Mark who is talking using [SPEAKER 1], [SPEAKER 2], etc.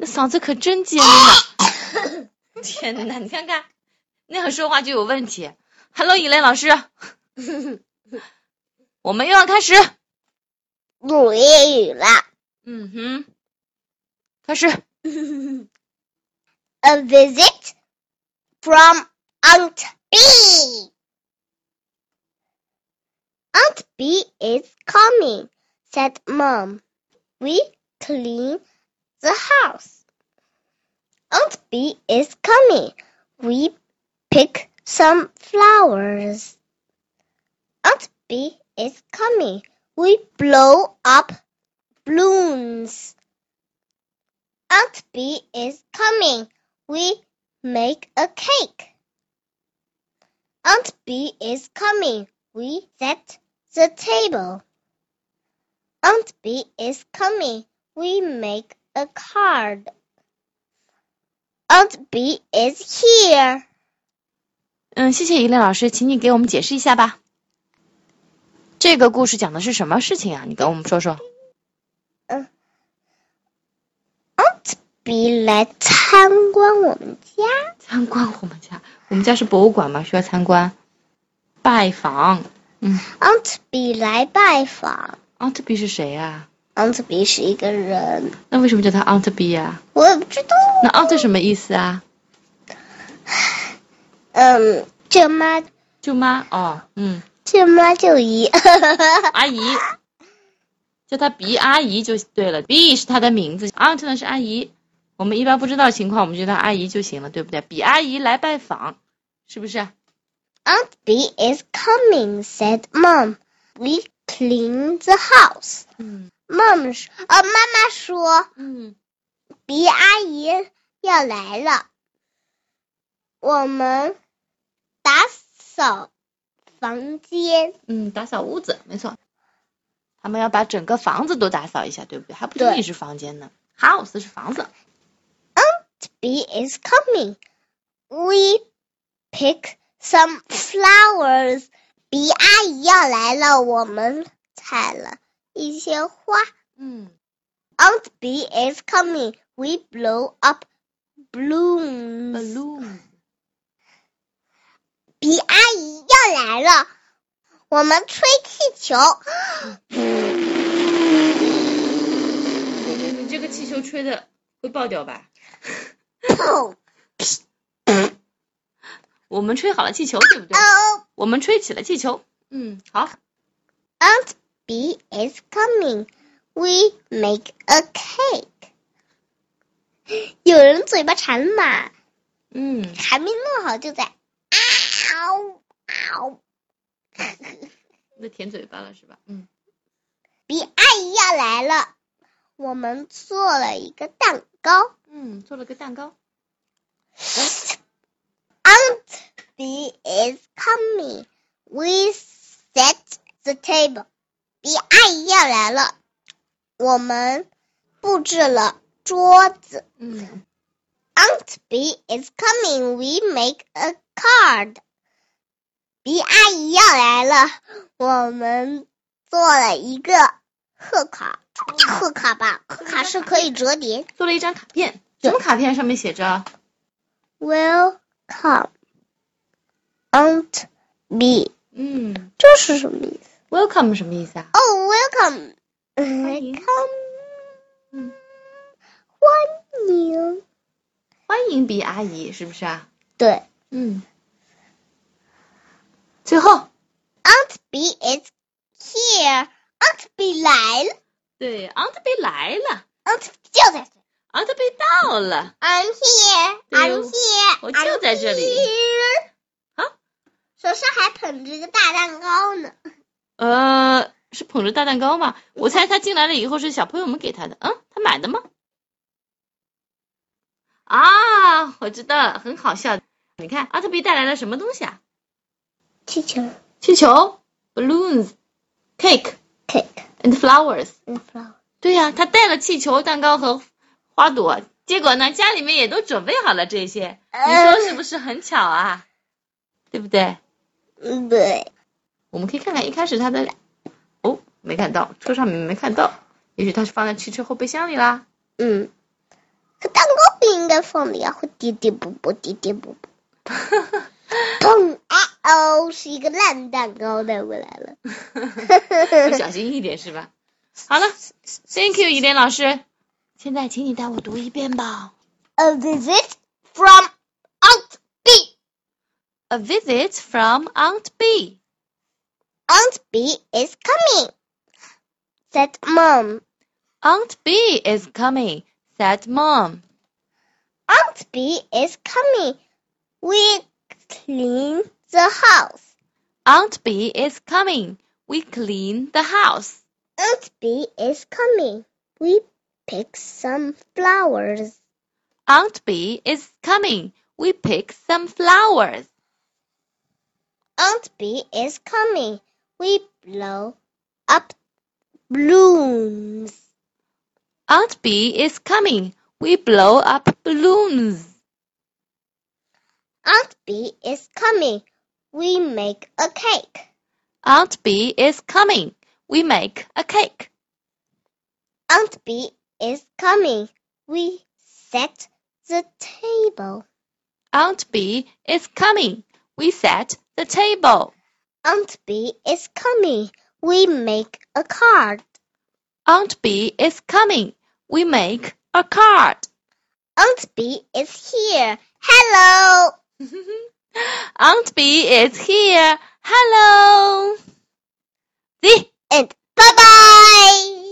[SPEAKER 1] 嗓子可真尖 呢！天哪，你看看，那样说话就有问题。Hello，以磊老 师，我们又要开始
[SPEAKER 2] 录英语了。
[SPEAKER 1] 嗯哼，开始。
[SPEAKER 2] A visit from Aunt B. Aunt B is coming, said Mom. We clean the house. Aunt B is coming. We pick some flowers. Aunt B is coming. We blow up balloons. Aunt B is coming. We make a cake. Aunt B is coming. We set the table. Aunt B is coming. We make a card. Aunt B is here.
[SPEAKER 1] 嗯，谢谢以磊老师，请你给我们解释一下吧。这个故事讲的是什么事情啊？你跟我们说说。
[SPEAKER 2] Aunt B 来参观我们家。
[SPEAKER 1] 参观我们家，我们家是博物馆嘛，需要参观。拜访。嗯
[SPEAKER 2] Aunt B 来拜访。
[SPEAKER 1] ，Aunt B 是谁啊？
[SPEAKER 2] Aunt B 是一个人，
[SPEAKER 1] 那为什么叫她 Aunt B 呀、
[SPEAKER 2] 我也不知道。
[SPEAKER 1] 啊那 Aunt 什么意思啊？
[SPEAKER 2] 嗯，舅妈，
[SPEAKER 1] 舅妈哦，嗯，
[SPEAKER 2] 舅妈舅姨。
[SPEAKER 1] 阿姨，叫她 B 阿姨就对了。B 是她的名字，Aunt 呢是阿姨。我们一般不知道情况，我们就叫她阿姨就行了，对不对？B 阿姨来拜访，是不是？
[SPEAKER 2] Aunt B is coming, said Mom. We clean the house.
[SPEAKER 1] 嗯
[SPEAKER 2] Mom uh, 说，呃，妈妈说，
[SPEAKER 1] 嗯
[SPEAKER 2] 比阿姨要来了，我们打扫房间。
[SPEAKER 1] 嗯，打扫屋子，没错。他们要把整个房子都打扫一下，对不对？还不
[SPEAKER 2] 对
[SPEAKER 1] 仅仅是房间呢，house 是房子。
[SPEAKER 2] B is coming. We pick some flowers. 比阿姨要来了，我们采了一些花。
[SPEAKER 1] 嗯
[SPEAKER 2] Aunt B is coming. We blow up balloons.
[SPEAKER 1] ，balloon
[SPEAKER 2] 比阿姨要来了，我们吹气球。
[SPEAKER 1] 你你这个气球吹的会爆掉吧？
[SPEAKER 2] 砰！
[SPEAKER 1] 我们吹好了气球，对不对？
[SPEAKER 2] 哦
[SPEAKER 1] 我们吹起了气球。啊嗯，好。
[SPEAKER 2] ，Aunt B is coming. We make a cake. 有人嘴巴馋了嘛，
[SPEAKER 1] 嗯，
[SPEAKER 2] 还没弄好就在啊呜啊 呜！
[SPEAKER 1] 那舔嘴巴了是吧？嗯，
[SPEAKER 2] 比阿姨要来了，我们做了一个蛋糕。
[SPEAKER 1] 嗯，做了个蛋糕。
[SPEAKER 2] Aunt B is coming. We set the table. 比阿姨要来了，我们布置了桌子。
[SPEAKER 1] 嗯
[SPEAKER 2] Aunt B is coming. We make a card. 比阿姨要来了，我们做了一个贺卡。贺卡吧，贺卡是可以折叠。，
[SPEAKER 1] 做了一张卡片，什么卡片？上面写着
[SPEAKER 2] Welcome, Aunt B。
[SPEAKER 1] 嗯
[SPEAKER 2] 这是什么意思？
[SPEAKER 1] ，welcome 什么意思啊？
[SPEAKER 2] 哦、w e l c o m e
[SPEAKER 1] 欢迎
[SPEAKER 2] Welcome，
[SPEAKER 1] 嗯
[SPEAKER 2] 欢迎。
[SPEAKER 1] 欢迎 B 阿姨，是不是啊？
[SPEAKER 2] 对
[SPEAKER 1] 嗯。最后，
[SPEAKER 2] ，Aunt B is here。Aunt B 来了
[SPEAKER 1] 对，Aunt B 来了
[SPEAKER 2] ，Aunt B 就在这。
[SPEAKER 1] ，Aunt B 到了，
[SPEAKER 2] I'm here,
[SPEAKER 1] 对
[SPEAKER 2] I'm
[SPEAKER 1] 哦
[SPEAKER 2] here，
[SPEAKER 1] 我就在这里
[SPEAKER 2] I'm here
[SPEAKER 1] 好，
[SPEAKER 2] 手上还捧着一个大蛋糕呢。
[SPEAKER 1] 呃，是捧着大蛋糕吗？我猜他进来了以后是小朋友们给他的，嗯，他买的吗？啊，我知道了，很好笑。你看，奥特比带来了什么东西啊？
[SPEAKER 2] 气球
[SPEAKER 1] 气球、balloons、cake
[SPEAKER 2] ，cake
[SPEAKER 1] and flowers。
[SPEAKER 2] and flower。
[SPEAKER 1] 对呀、他带了气球、蛋糕和花朵，结果呢，家里面也都准备好了这些，你
[SPEAKER 2] Uh,
[SPEAKER 1] 说是不是很巧啊？对不对？
[SPEAKER 2] 嗯，对，
[SPEAKER 1] 我们可以看看一开始他的，哦，
[SPEAKER 2] Mm.
[SPEAKER 1] 没看到，车上面没看到，也许他是放在汽车后备箱里啦。
[SPEAKER 2] 嗯，可蛋糕不应该放的呀，会滴滴不不滴滴不不。砰！啊哦，是一个烂蛋糕带过来了。
[SPEAKER 1] 要小心一点是吧？好了，Thank you，伊莲老师。现在请你带我读一遍吧。
[SPEAKER 2] A visit from Aunt B.
[SPEAKER 1] A visit from Aunt B.
[SPEAKER 2] Aunt B is coming," said Mom.
[SPEAKER 1] Aunt B is coming," said Mom.
[SPEAKER 2] Aunt B is coming. We clean the house.
[SPEAKER 1] Aunt B is coming. We clean the house.
[SPEAKER 2] Aunt B is coming. We pick some flowers.
[SPEAKER 1] Aunt B is coming. We pick some flowers.
[SPEAKER 2] Aunt B is coming. We blow up balloons.
[SPEAKER 1] Aunt B is coming. We blow up balloons.
[SPEAKER 2] Aunt B is coming. We make a cake.
[SPEAKER 1] Aunt B is coming. We make a cake.
[SPEAKER 2] Aunt B is coming. We set the table.
[SPEAKER 1] Aunt B is coming. We set the table.
[SPEAKER 2] Aunt B is coming. We make a card.
[SPEAKER 1] Aunt B is coming. We make a card.
[SPEAKER 2] Aunt B is here. Hello.
[SPEAKER 1] Aunt B is here. Hello. See.
[SPEAKER 2] And bye bye.